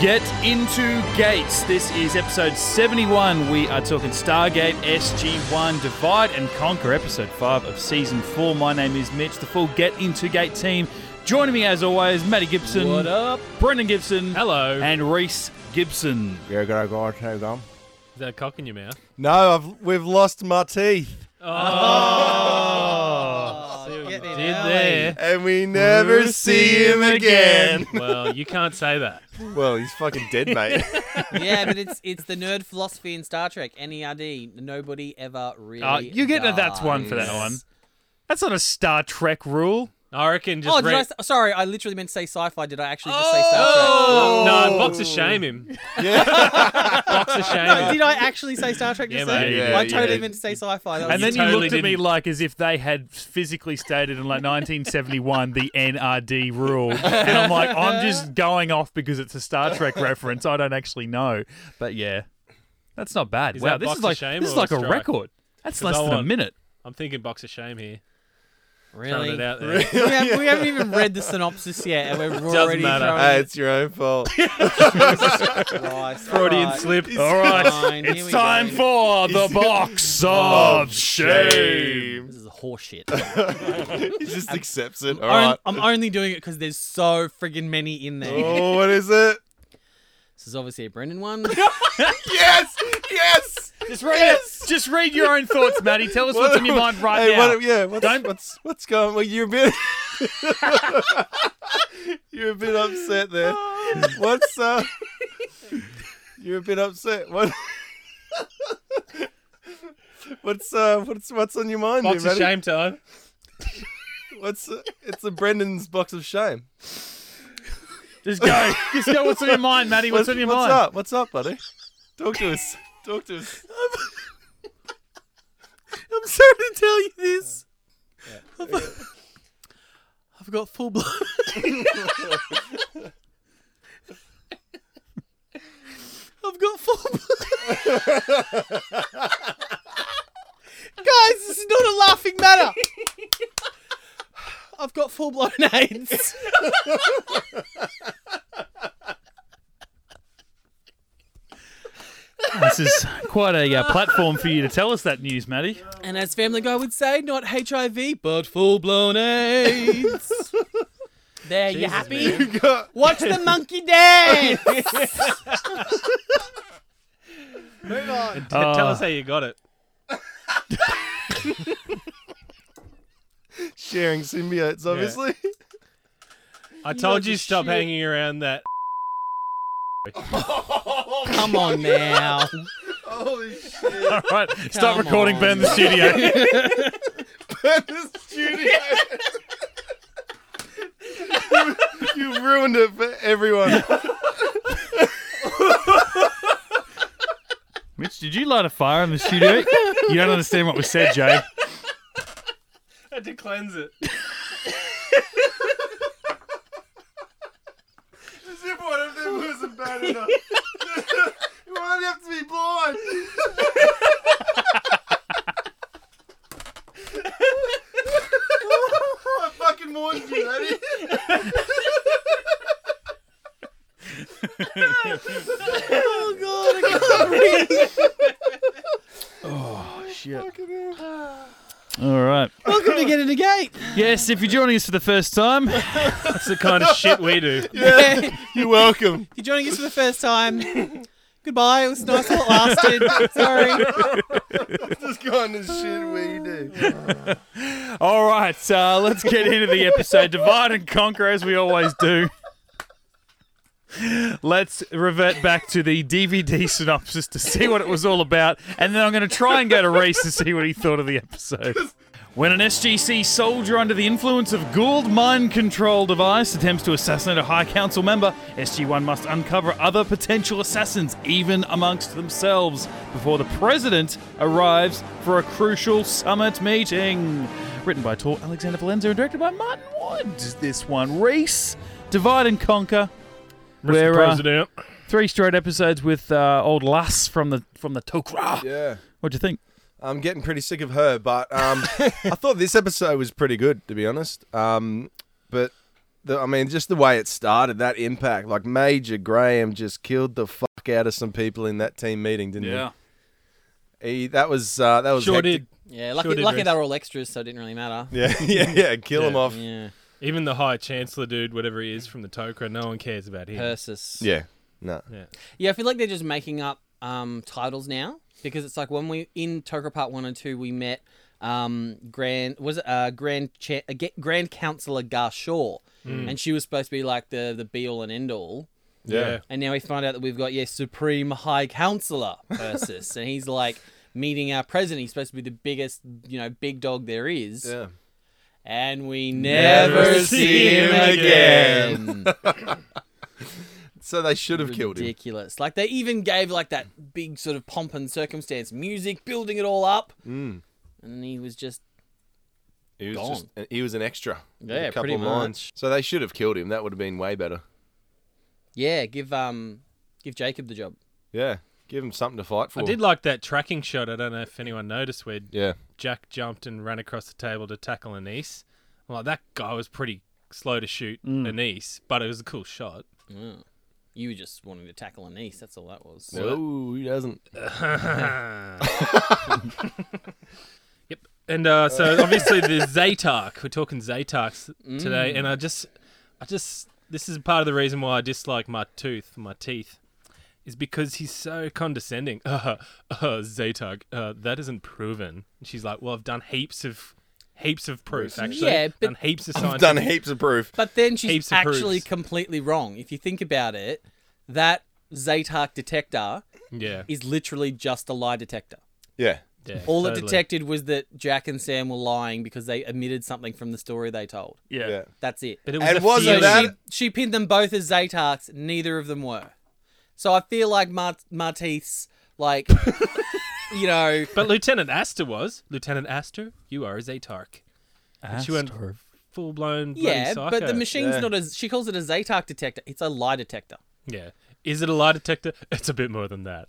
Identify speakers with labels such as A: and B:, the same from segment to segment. A: Get into Gates. This is episode 71. We are talking Stargate SG1 Divide and Conquer, episode 5 of season 4. My name is Mitch, the full Get Into Gate team. Joining me as always, Matty Gibson.
B: What up?
A: Brendan Gibson.
B: Hello.
A: And Reese Gibson.
C: Yeah, go, go, go, go.
B: Is that a cock in your mouth?
C: No, I've, we've lost my teeth,
B: Did there.
C: and we never see him again.
B: well, you can't say that.
C: well, he's fucking dead, mate.
D: yeah, but it's it's the nerd philosophy in Star Trek. NERD. Nobody ever really.
A: Uh, you're getting a that's one for that
D: dies.
A: one. That's not a Star Trek rule.
B: I reckon just
D: Oh, did
B: re-
D: I, s- sorry, I literally meant to say sci-fi. Did I actually just say Star
A: Oh!
B: no box of shame him. box of shame.
D: Trek?
B: him.
D: Did I actually say Star Trek?
B: Yeah,
D: just
B: mate.
D: then?
C: Yeah,
D: I totally
C: yeah.
D: meant to say sci-fi. That
A: And then
D: was-
A: you
B: totally
A: looked at me
B: didn't.
A: like as if they had physically stated in like 1971 the NRD rule. And I'm like, I'm just going off because it's a Star Trek reference. I don't actually know. But yeah, that's not bad.
B: Is
A: wow,
B: that
A: this
B: box
A: is
B: of
A: like
B: shame
A: this is
B: or
A: like a
B: strike?
A: record. That's less
B: I
A: than a
B: want-
A: minute.
B: I'm thinking box of shame here. Throwing
D: really,
B: it out there.
D: we, have, we haven't even read the synopsis yet, and we're already
B: matter.
D: throwing
C: hey,
D: it.
C: it's your own fault.
D: Christ.
B: Freudian
D: Alright.
B: slip.
A: All right,
D: fine. Here
A: it's
D: we
A: time
D: go.
A: for the box of shame.
D: This is horseshit.
C: he just accepts it. All
D: I'm,
C: right.
D: I'm only doing it because there's so friggin' many in there.
C: Oh, what is it?
D: This is obviously a Brendan one.
C: Yes, yes.
A: Just read it. Just read your own thoughts, Maddie. Tell us what's in your mind right
C: hey,
A: now.
C: What, yeah, what's,
A: Don't-
C: what's what's going? Well, you're a bit. you're a bit upset there. What's uh? You're a bit upset. What? What's uh? What's what's on your mind,
B: box
C: there,
B: of
C: Matty?
B: shame time.
C: What's it's a Brendan's box of shame.
A: Just go. Just go. What's on your mind, Maddie? What's, on your mind?
C: up? What's up, buddy? Talk to us. Talk to us.
D: I'm sorry to tell you this. uh, I've, got full blown. I've got full blown. Guys, this is not a laughing matter. I've got full blown AIDS.
A: This is quite a uh, platform for you to tell us that news, Maddie.
D: And as Family Guy would say, not HIV, but full blown AIDS. there, you happy?
C: You got
D: Watch the monkey dance.
B: T-
A: Ah.
B: Tell us how you got it.
C: sharing symbiotes, obviously.
B: I told
D: the
B: you stop
D: shit.
B: hanging around that.
D: Come on now.
C: Holy shit!
A: All right, stop
D: Come
A: recording.
D: on.
A: Burn the studio.
C: this studio. you, you ruined it for everyone.
A: Mitch, did you light a fire in the studio? You don't understand what was said, Jay.
B: had to cleanse it.
C: As if one of them wasn't bad enough. you only have to be blind. I fucking warned you, Eddie.
D: oh god, I can't breathe.
A: All right.
D: Welcome to Get in the Gate.
A: Yes, if you're joining us for the first time,
B: That's the kind of shit we do.
D: if
C: You're welcome.
D: you're joining us for the first time, goodbye. It was nice while it lasted. Sorry.
C: This kind of shit we do.
A: all right, uh, let's get into the episode. Divide and conquer, as we always do. Let's revert back to the DVD synopsis to see what it was all about, and then I'm going to try and go to Reese to see what he thought of the episode. When an SGC soldier under the influence of Gould mind control device attempts to assassinate a High Council member, SG1 must uncover other potential assassins, even amongst themselves, before the President arrives for a crucial summit meeting. Written by Tor Alexander Valenza and directed by Martin Wood. This one, Reese, Divide and Conquer. We're uh,
B: President.
A: three straight episodes with uh, old Lass from the from the Tokra.
C: Yeah.
A: What'd you think?
C: I'm getting pretty sick of her, but um, I thought this episode was pretty good, to be honest. Um, but the, I mean, just the way it started, that impact. Like Major Graham just killed the fuck out of some people in that team meeting, didn't
A: Yeah.
C: he? He that was uh, that was
B: Sure
C: hectic.
B: did.
D: Yeah, lucky,
B: Sure did,
D: lucky
B: Reece.
D: they were all extras, so it didn't really matter.
C: Yeah, yeah, yeah. Kill him
B: Yeah.
C: off.
D: Yeah,
B: Even the High Chancellor dude, whatever he is from the Tokra, no one cares about
D: Uh,
B: him.
D: Persis.
C: Yeah. No.
D: Yeah, I feel like they're just making up um, titles now because it's like when we in Tokra Part One and Two we met um, Grand was it, uh, Grand Cha- uh, Ge- Grand Counselor Garshaw,
B: Hmm.
D: and she was supposed to be like the the be all and end all.
B: Yeah.
D: And now we find out that we've got, yeah, Supreme High Counselor Persis. and he's like meeting our president. He's supposed to be the biggest, you know, big dog there is.
C: Yeah.
D: And we never, see him again.
C: So they should have killed him.
D: Ridiculous. Like, they even gave, like, that big sort of pomp and circumstance music, building it all up.
C: Mm.
D: And he was just.
C: He was
D: Gone.
C: just he was an extra. with
D: Yeah,
C: a couple
D: pretty
C: of lines.
D: much.
C: So they should have killed him. That would have been way better.
D: Yeah, give um, give Jacob the job.
C: Yeah. Give him something to fight for.
B: I did like that tracking shot. I don't know if anyone noticed where
C: Yeah.
B: Jack jumped and ran across the table to tackle Anise. I'm like, that guy was pretty slow to shoot Anise, but it was a cool shot.
D: Mm. You were just wanting to tackle Anise. That's all that was.
C: No, he doesn't.
B: yep. And uh, so obviously the Zaytark, we're talking Zaytarks today,
D: Mm.
B: and I just, I just, this is part of the reason why I dislike my tooth, my teeth, is because he's so condescending. Uh, uh, Zaytark, uh, that isn't proven. And she's like, well, I've done heaps of, heaps of proof actually.
D: Yeah, but-
B: done heaps of
C: I've
B: science.
C: done heaps of proof.
D: But then she's
B: Heaps of proofs.
D: actually completely wrong. If you think about it, that Zaytark detector
B: Yeah,
D: is literally just a lie detector.
C: Yeah.
B: yeah.
D: All it
B: totally.
D: detected was that Jack and Sam were lying because they omitted something from the story they told.
A: Yeah.
C: Yeah.
D: That's it.
B: But it was
C: And
B: a
C: wasn't
B: feeling.
C: that-
D: She, she pinned them both as Zaytarks. Neither of them were. So I feel like Mart- Martiz, like, you know,
B: But Lieutenant Astor was. Lieutenant Astor, you are a Zaytark. And she went full blown bloody
D: yeah,
B: psycho.
D: but the machine's
C: Yeah.
D: not as. She calls it a Zaytark detector. It's a lie detector.
B: yeah. Is it a lie detector? It's a bit more than that.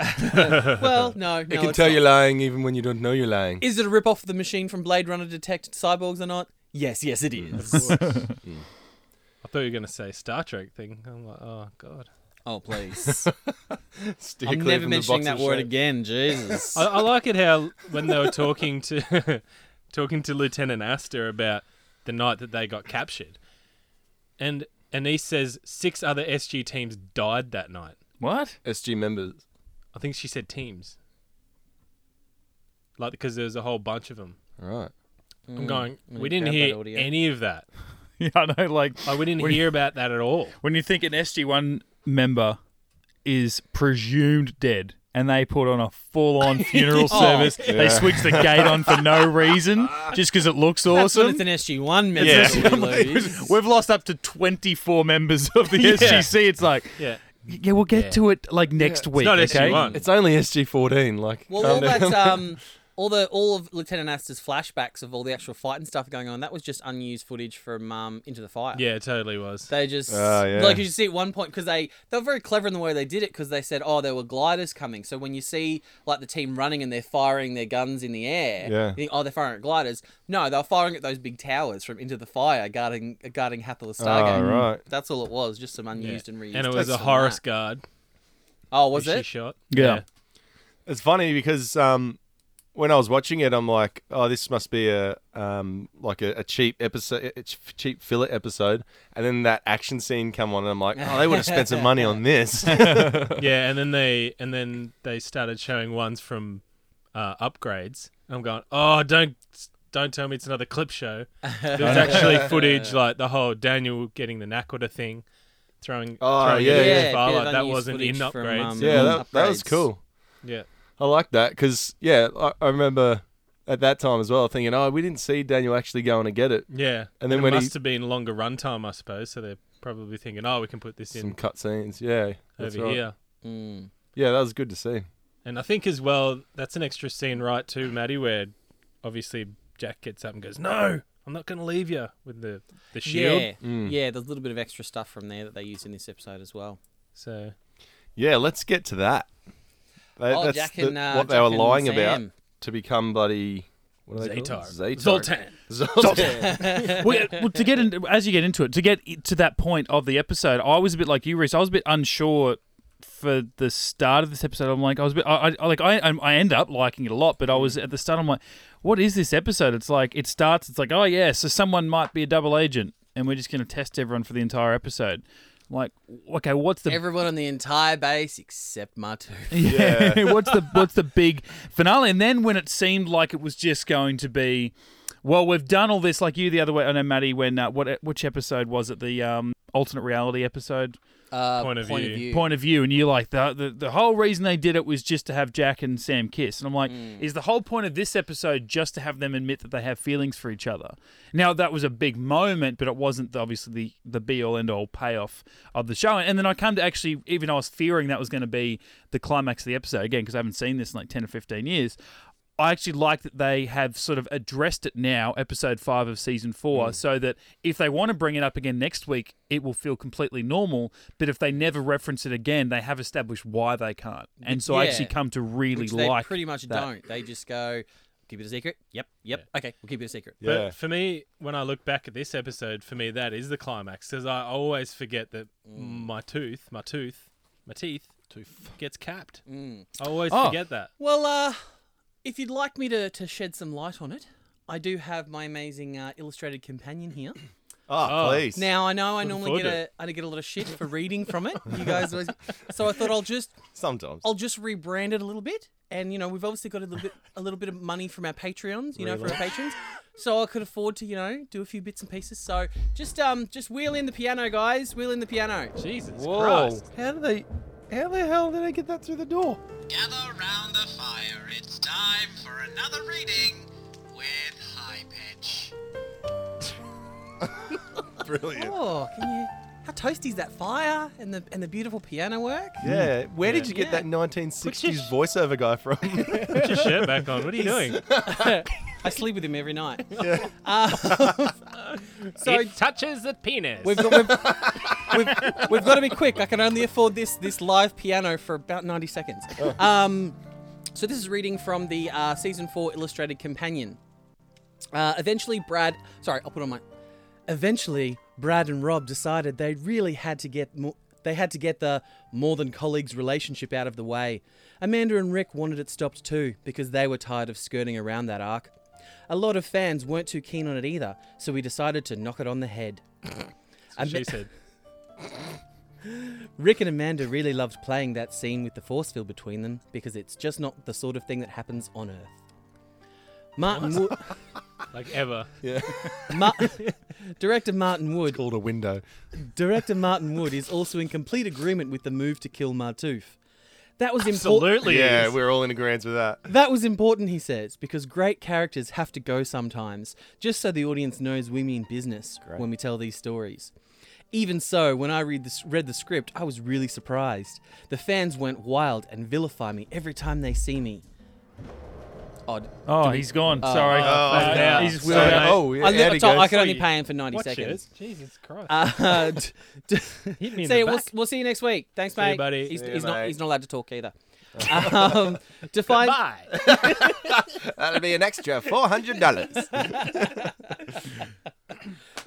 D: Well, no, no.
C: It can
D: it's
C: tell
D: not.
C: you're lying even when you don't know you're lying.
D: Is it a rip off of the machine from Blade Runner to detect cyborgs or not? Yes, yes, it is.
B: I thought you were going to say Star Trek thing. I'm like, oh god.
D: oh, please.
C: Steer
D: I'm
C: clear
D: never
C: from the
D: mentioning that
C: box of
D: word
C: shape.
D: again. Jesus.
B: I, I like it how when they were talking to talking to Lieutenant Astor about the night that they got captured, and Anise says six other SG teams died that night.
A: What?
C: SG members.
B: I think she said teams, like because there was a whole bunch of them.
C: All right.
B: I'm going. We didn't
D: Mm. grab
B: hear
D: that audio.
B: any of that.
A: Yeah, I know. Like
B: Like we didn't
A: When-
B: hear about that at all.
A: when you think an SG1 member is presumed dead and they put on a full on funeral
D: Oh.
A: service, they switch the gate on for no reason just because it looks
D: That's when
A: awesome.
D: it's an SG1 member.
A: It's
D: that
A: just-
D: we lose.
A: We've lost up to 24 members of the SGC. It's like,
B: Yeah.
A: yeah, we'll get to it like next week.
B: not
A: okay?
B: SG1.
C: It's only SG fourteen. Like.
D: Well,
C: calm
D: all
C: down.
D: that, um, all the all of Lieutenant Astor's flashbacks of all the actual fight and stuff going on, that was just unused footage from um, Into the Fire.
B: Yeah, it totally was.
D: They just
C: Ah, yeah.
D: like you see at one point because they they were very clever in the way they did it because they said oh there were gliders coming so when you see like the team running and they're firing their guns in the air
C: Yeah.
D: you think oh they're firing at gliders no they were firing at those big towers from into the fire guarding guarding Hathor Stargate
C: Ah, right.
D: that's all it was just some
B: Yeah.
D: unused and reused
B: and it was
D: clips
B: a
D: from
B: Horus
D: that.
B: guard.
D: oh was
B: who She
D: it
B: shot.
A: Yeah.
C: It's funny because um, when I was watching it, I'm like, oh, this must be a um, like a, a cheap episode, a ch- cheap filler episode. And then that action scene come on, and I'm like, oh, they would have spent some money on this.
B: Yeah. Yeah, and then they and then they started showing ones from uh, upgrades. And I'm going, oh, don't don't tell me it's another clip show. There was actually footage like the whole Daniel getting the Nakwada thing, throwing
C: Oh,
B: throwing
C: yeah,
B: it in
C: yeah.
B: the
D: Yeah,
B: fire,
D: bit of
B: like, that
D: unused
B: wasn't in
D: footage
B: upgrades.
D: from, um,
C: yeah, that, that
D: Upgrades.
C: was cool.
B: yeah,
C: I like that because yeah, I, I remember at that time as well thinking, oh, we didn't see Daniel actually going to get it.
B: yeah.
C: And then
B: it
C: when he-
B: must have been longer runtime, I suppose. So they're probably thinking, oh, we can put this
C: Some
B: in
C: cut scenes, yeah, that's
B: over
C: right.
B: here.
D: Mm.
C: Yeah, that was good to see.
B: And I think as well, that's an extra scene, right, too, Maddie, where obviously Jack gets up and goes, "No, I'm not going to leave you" with the the shield.
D: yeah
C: Hmm.
D: yeah there's a little bit of extra stuff from there that they used in this episode as well
B: So
C: Yeah, let's get to that. They-
D: oh
C: that's
D: Jack
C: the-
D: and uh,
C: what they
D: Jack
C: were
D: and
C: lying about
D: Sam.
C: to become bloody What are they called?
B: Zaytar.
C: Zaytar.
B: Zoltan.
C: Zoltan.
A: well, well, to get in, as you get into it, to get to that point of the episode, I was a bit like you, Reese. I was a bit unsure for the start of this episode. I'm like, I was a bit, I, I like, I, I end up liking it a lot, but I was at the start. I'm like, what is this episode? It's like it starts. It's like, oh yeah, so someone might be a double agent, and we're just going to test everyone for the entire episode. I'm like, okay, what's the
D: Everyone on the entire base except Matu.
A: yeah. what's the what's the big finale? And then when it seemed like it was just going to be, well, we've done all this like you the other way. I know Maddie. When uh, what which episode was it? The um, alternate reality episode
D: Uh,
B: Point of view.
A: point of view, and you're like the, the the whole reason they did it was just to have Jack and Sam kiss. And I'm like, is the whole point of this episode just to have them admit that they have feelings for each other? Now that was a big moment, but it wasn't the, obviously the the be all end all payoff of the show. And then I come to actually, even I was fearing that was going to be the climax of the episode again because I haven't seen this in like ten or fifteen years. I actually like that they have sort of addressed it now, episode five of season four, so that if they want to bring it up again next week, it will feel completely normal. But if they never reference it again, they have established why they can't. And so I
D: Yeah.
A: actually come to really
D: Which they
A: like
D: pretty much
A: that.
D: don't. They just go, keep it a secret. Yep, yep. Okay, we'll keep it a secret.
C: yeah.
B: But for me, when I look back at this episode, for me that is the climax because I always forget that my tooth, my tooth, my teeth, tooth gets capped. I always
A: Oh.
B: forget that.
D: Well, uh, if you'd like me to, to shed some light on it, I do have my amazing uh, illustrated companion here.
C: Oh,
B: Oh.
C: please.
D: Now I know I normally
B: forward
D: get
B: to
D: a I get a lot of shit for reading from it. You guys always, so I thought I'll just
C: Sometimes.
D: I'll just rebrand it a little bit. And you know, we've obviously got a little bit a little bit of money from our Patreons, you know, for our patrons. So I could afford to, you know, do a few bits and pieces. So just um just wheel in the piano, guys. Wheel in the piano.
B: Jesus Christ!
C: How do they? How the hell did I get that through the door?
E: Gather round the fire. It's time for another reading with High Pitch.
C: Brilliant.
D: Oh, can you how toasty is that fire and the and the beautiful piano work?
C: Yeah. Where did you get
D: Yeah.
C: that 1960s voiceover guy from?
B: Put your shirt back on. What are you doing?
D: I sleep with him every night.
C: Yeah.
D: Um, so
B: touches the penis.
D: We've got, we've, we've, we've got to be quick. I can only afford this this live piano for about 90 seconds. Um, so this is reading from the uh, season four illustrated companion. Uh, eventually, Brad. Sorry, I'll put on my. Eventually, Brad and Rob decided they really had to get more. They had to get the more than colleagues relationship out of the way. Amanda and Rick wanted it stopped too because they were tired of skirting around that arc. A lot of fans weren't too keen on it either, so we decided to knock it on the head.
B: she said.
D: Rick and Amanda really loved playing that scene with the force field between them because it's just not the sort of thing that happens on Earth. Martin Wood,
B: Like ever.
D: Ma- director Martin Wood,
C: Called a window.
D: director Martin Wood is also in complete agreement with the move to kill Martouf. That was important.
A: Absolutely.
C: Yeah,
A: is.
C: we're all in agreement with that.
D: That was important, he says, because great characters have to go sometimes, just so the audience knows we mean business when we tell these stories. Even so, when I read this, read the script, I was really surprised. The fans went wild and vilify me every time they see me. Odd.
A: Oh, he's gone. Sorry. Uh,
B: yeah.
A: He's
B: So-
A: wheeled out.
C: oh, yeah.
D: I, li-
C: how'd
D: I
C: it
D: told-
C: go?
D: I could only
B: Sweet.
D: pay him for 90
B: Watch
D: seconds.
B: it. Jesus Christ.
D: Uh, d- d-
B: Hit me in
D: See,
B: the
D: we'll,
B: back.
D: we'll see you next week. Thanks,
B: you,
D: mate.
B: buddy.
D: He's,
B: See
C: you,
D: he's not.
C: mate.
D: He's not allowed to talk either. um, define.
B: Bye.
C: That'll be an extra four hundred dollars.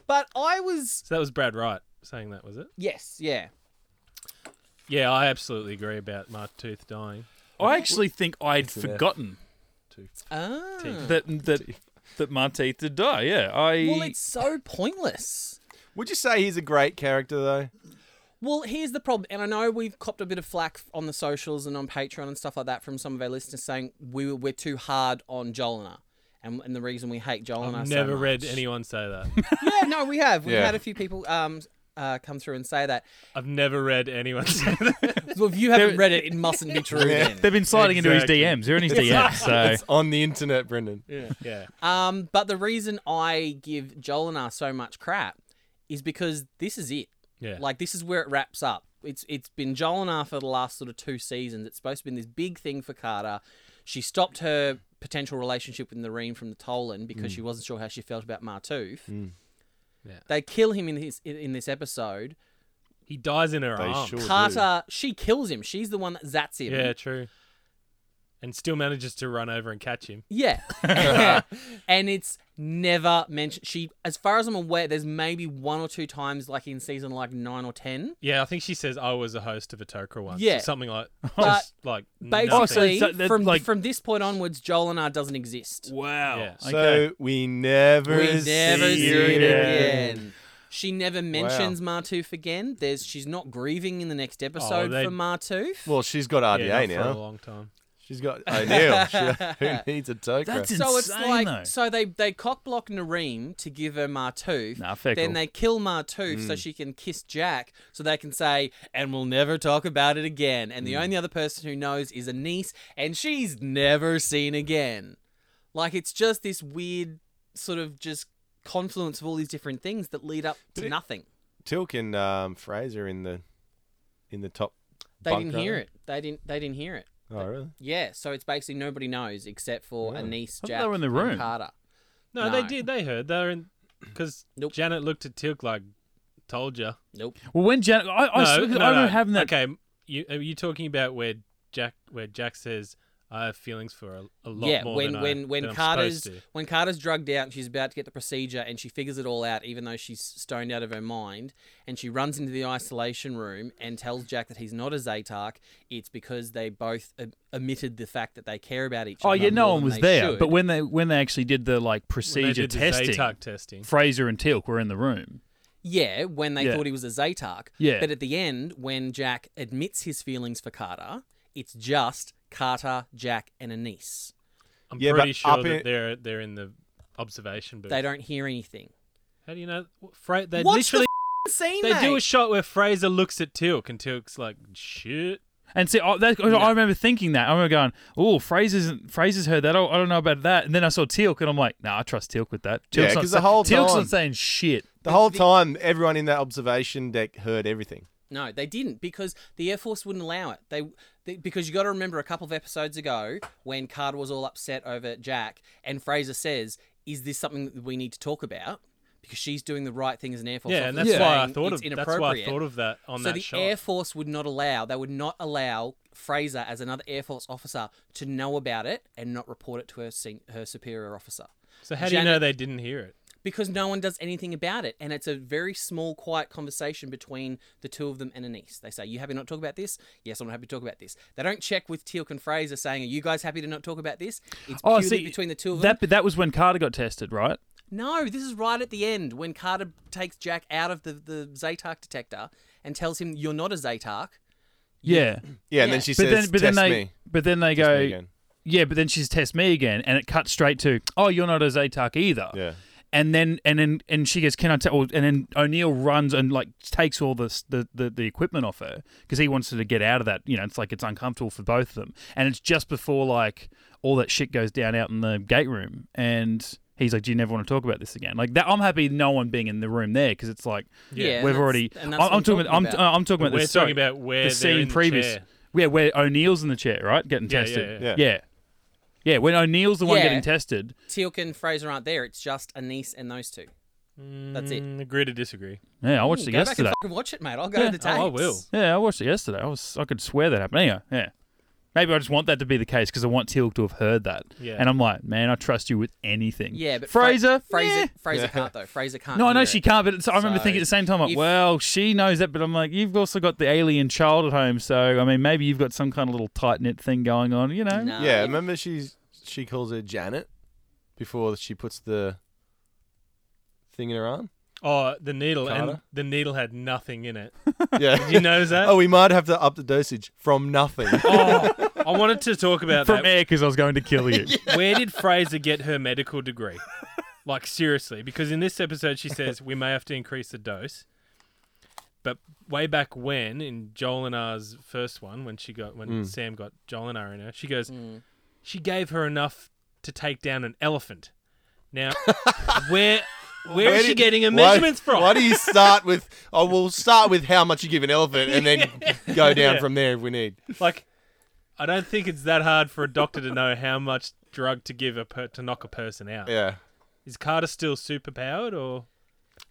D: But I was.
B: So that was Brad Wright saying that, was it?
D: Yes. Yeah.
B: Yeah, I absolutely agree about my tooth dying.
A: I actually think I'd forgotten
D: Ah.
A: that that that Marteith did die. Yeah, I.
D: Well, it's so pointless.
C: Would you say he's a great character though?
D: Well, here's the problem, and I know we've copped a bit of flack on the socials and on Patreon and stuff like that from some of our listeners saying we were, we're too hard on Jolena, and, and the reason we hate Jolena.
B: I've
D: so
B: never
D: much.
B: read anyone say that.
D: Yeah, no, we have. We've
C: Yeah.
D: had a few people um uh, come through and say that.
B: I've never read anyone say that.
D: Well, if you haven't read it, it mustn't be true.
A: They've
D: Then.
A: been sliding
B: Exactly.
A: into his DMs. They're in his DMs. So
C: It's on the internet, Brendan.
B: yeah.
D: Um, but the reason I give Jolena so much crap is because this is it.
B: Yeah.
D: Like this is where it wraps up. It's it's been Jolinar for the last sort of two seasons. It's supposed to be this big thing for Carter. She stopped her potential relationship with Noreen from the Tolan because she wasn't sure how she felt about Martouf.
B: Mm. Yeah.
D: They kill him in his in, in this episode.
B: he dies in her
C: They
B: arms.
C: sure do.
D: Carter, she kills him. She's the one that zats him.
B: Yeah, true. and still manages to run over and catch him.
D: Yeah. and it's never mentioned. She, as far as I'm aware, there's maybe one or two times, like in season like nine or ten.
B: Yeah, I think she says I was a host of a Tokra once.
D: Yeah.
B: or something like
D: But
B: just like
A: Oh, so
D: Basically,
A: it's that- that,
D: from
A: like-
D: from this point onwards, Joel and I doesn't exist.
A: Wow.
B: Yeah.
A: Okay.
C: So we never
D: We never
A: see
D: see
A: you
D: it
A: again.
D: again. She never mentions Martouf again. There's she's not grieving in the
A: Oh,
D: next episode
B: they-
D: for Martouf.
C: Well, she's got
B: nothing.
C: RDA
B: yeah, not for a
C: now.
B: long time.
C: She's got O'Neill. She- who needs a token?
A: That's
D: so it's
A: insane,
D: like
A: though.
D: so they they cockblock Nareem to give her Martouf.
A: Nah, fair
D: then
A: call.
D: they kill Martouf
A: Mm.
D: so she can kiss Jack, so they can say, "And we'll never talk about it again." And the
A: Mm.
D: only other person who knows is a niece, and she's never seen again. Like it's just this weird sort of just confluence of all these different things that lead up to
C: Did it-
D: nothing.
C: Tilk and um, Fraser in the in the top.
D: They
C: bunk,
D: didn't
C: aren't
D: hear it. They didn't. They didn't hear it.
C: Oh really?
D: Yeah. So it's basically nobody knows except for a niece,
A: I thought they
D: Jack,
A: were in the
D: and
A: room.
D: Carter.
B: No, they
D: No.
B: did. They heard. They were in because
D: Nope.
B: Janet looked at Tilk like, "Told you."
D: Nope.
A: well, when Janet, I, I,
B: no,
A: swear-
B: no,
A: I remember
B: no.
A: having that.
B: Okay, you are you talking about where Jack where Jack says I have feelings for a, a lot
D: yeah,
B: more
D: when
B: than
D: when
B: I,
D: when
B: than I'm
D: Carter's
B: supposed to.
D: when Carter's drugged out and she's about to get the procedure and she figures it all out even though she's stoned out of her mind and she runs into the isolation room and tells Jack that he's not a Zaytark. It's because they both o- omitted the fact that they care about each
A: Oh
D: other.
A: yeah, no
D: more
A: one
D: than
A: was
D: they
A: there.
D: should.
A: But when they when they actually did the like
B: When they
A: procedure
B: did the
A: testing,
B: Zaytark testing.
A: Fraser and Tilk were in the room.
D: yeah, when they
A: Yeah.
D: thought he was a Zaytark.
A: Yeah.
D: But at the end, when Jack admits his feelings for Carter, it's just Carter, Jack, and Anise.
B: I'm
C: Yeah, but
B: pretty
C: up
B: sure that
C: in-
B: they're they're in the observation booth.
D: They don't hear anything.
B: How do you know? Fra- they
D: Watch
B: literally
D: the f- scene.
B: they do
D: mate.
B: a shot where Fraser looks at Tilk and Tilk's like, "Shit."
A: And see, I, that, I remember thinking that. I remember going, "Oh, Fraser's Fraser's heard that. I don't I don't know about that." And then I saw Tilk, and I'm like, "Nah, I trust Tilk with that."
C: Yeah,
A: Tilk's not
C: 'cause the
A: sa-
C: whole
A: Tilk's
C: time-
A: not saying shit.
C: The whole time, everyone in that observation deck heard everything.
D: No, they didn't because the Air Force wouldn't allow it. They, they because you got to remember a couple of episodes ago when Carter was all upset over Jack and Fraser says, "Is this something that we need to talk about?" Because she's doing the right thing as an Air Force
B: Yeah,
D: officer.
B: and that's
D: saying
B: why I thought
D: it's
B: of that's why I
D: inappropriate.
B: thought of that on
D: so
B: that
D: the
B: shot.
D: Air Force would not allow. They would not allow Fraser as another Air Force officer to know about it and not report it to her sen- her superior officer
B: so how do you
D: Janet-
B: know they didn't hear it?
D: because no one does anything about it. And it's a very small, quiet conversation between the two of them and Anise. They say, You happy to not talk about this? Yes, I'm not happy to talk about this. They don't check with Teal'c and Fraser saying, Are you guys happy to not talk about this? It's
A: Oh,
D: purely
A: see,
D: between the two of them.
A: That but that was when Carter got tested, right?
D: No, this is right at the end when Carter takes Jack out of the, the Zaytark detector and tells him, You're not a Zaytark.
A: Yeah,
C: Yeah, and
D: Yeah.
C: then she
A: but
C: says,
A: then but
C: "Test
A: then they
C: me."
A: but then they
C: Test me
A: go,
C: again.
A: yeah, but then she's test me again, and it cuts straight to, oh, you're not a Zaytark either.
C: Yeah.
A: And then and then and she goes, can I tell? And then O'Neill runs and like takes all this, the the the equipment off her because he wants her to get out of that. You know, it's like it's uncomfortable for both of them, and it's just before like all that shit goes down out in the gate room, and he's like, do you never want to talk about this again? Like that, I'm happy no one being in the room there because it's like
D: Yeah, and
A: we've
D: that's-
A: already.
D: and that's
A: I-
D: what
A: I'm,
D: I'm
A: talking.
D: talking
A: I'm, uh,
D: about.
A: I'm talking about.
B: We're
A: this,
B: talking
A: sorry,
B: about where
A: the
B: they're
A: scene
B: in the
A: previous.
B: chair.
A: Yeah, where O'Neill's in the chair, right, getting
B: Yeah, yeah,
A: tested.
C: yeah.
A: yeah. when O'Neill's the one
D: Yeah.
A: getting tested.
D: Teal'c and Fraser aren't there. It's just Anise and those two. That's it.
B: Mm, agree to disagree.
A: Yeah, I watched it
D: Hmm, Go back and
A: yesterday.
D: fucking watch it, mate. I'll go
A: Yeah.
D: to the
B: Oh,
D: tapes.
B: I will.
A: Yeah, I watched it yesterday. I was I could swear that happened. Anyway, yeah. Maybe I just want that to be the case because I want Teal'c to have heard that.
B: Yeah.
A: And I'm like, man, I trust you with anything.
D: Yeah, but Fra-
A: Fraser,
D: Fraser,
A: meh.
D: Fraser can't though. Fraser can't.
A: No, I know
D: hear
A: she
D: it.
A: can't. But it's, I remember
D: So,
A: thinking at the same time, like,
D: if-
A: well, she knows that, but I'm like, you've also got the alien child at home, so I mean, maybe you've got some kind of little tight knit thing going on, you know?
D: No,
B: Uh,
C: yeah,
D: if-
C: remember she's she calls her Janet before she puts the thing in her arm.
B: Oh, the needle and
C: Carter?
B: the needle had nothing in it.
C: Yeah,
B: Did you notice that?
C: oh, we might have to up the dosage from nothing.
B: Oh, I wanted to talk about
A: From
B: that.
A: air because I was going to kill you.
B: Where did Fraser get her medical degree? Like seriously, because in this episode she says we may have to increase the dose. But way back when in Joel and R's first one, when she got when
C: Hmm.
B: Sam got Joel and R in her, she goes, she gave her enough to take down an elephant. Now, where where is she
C: did-
B: getting her
C: why-
B: measurements from?
C: Why do you start with? Oh, we'll start with how much you give an elephant, and then go down from there if we need.
B: Like, I don't think it's that hard for a doctor to know how much drug to give a per- to knock a person out.
C: Yeah,
B: Is Carter still super powered or?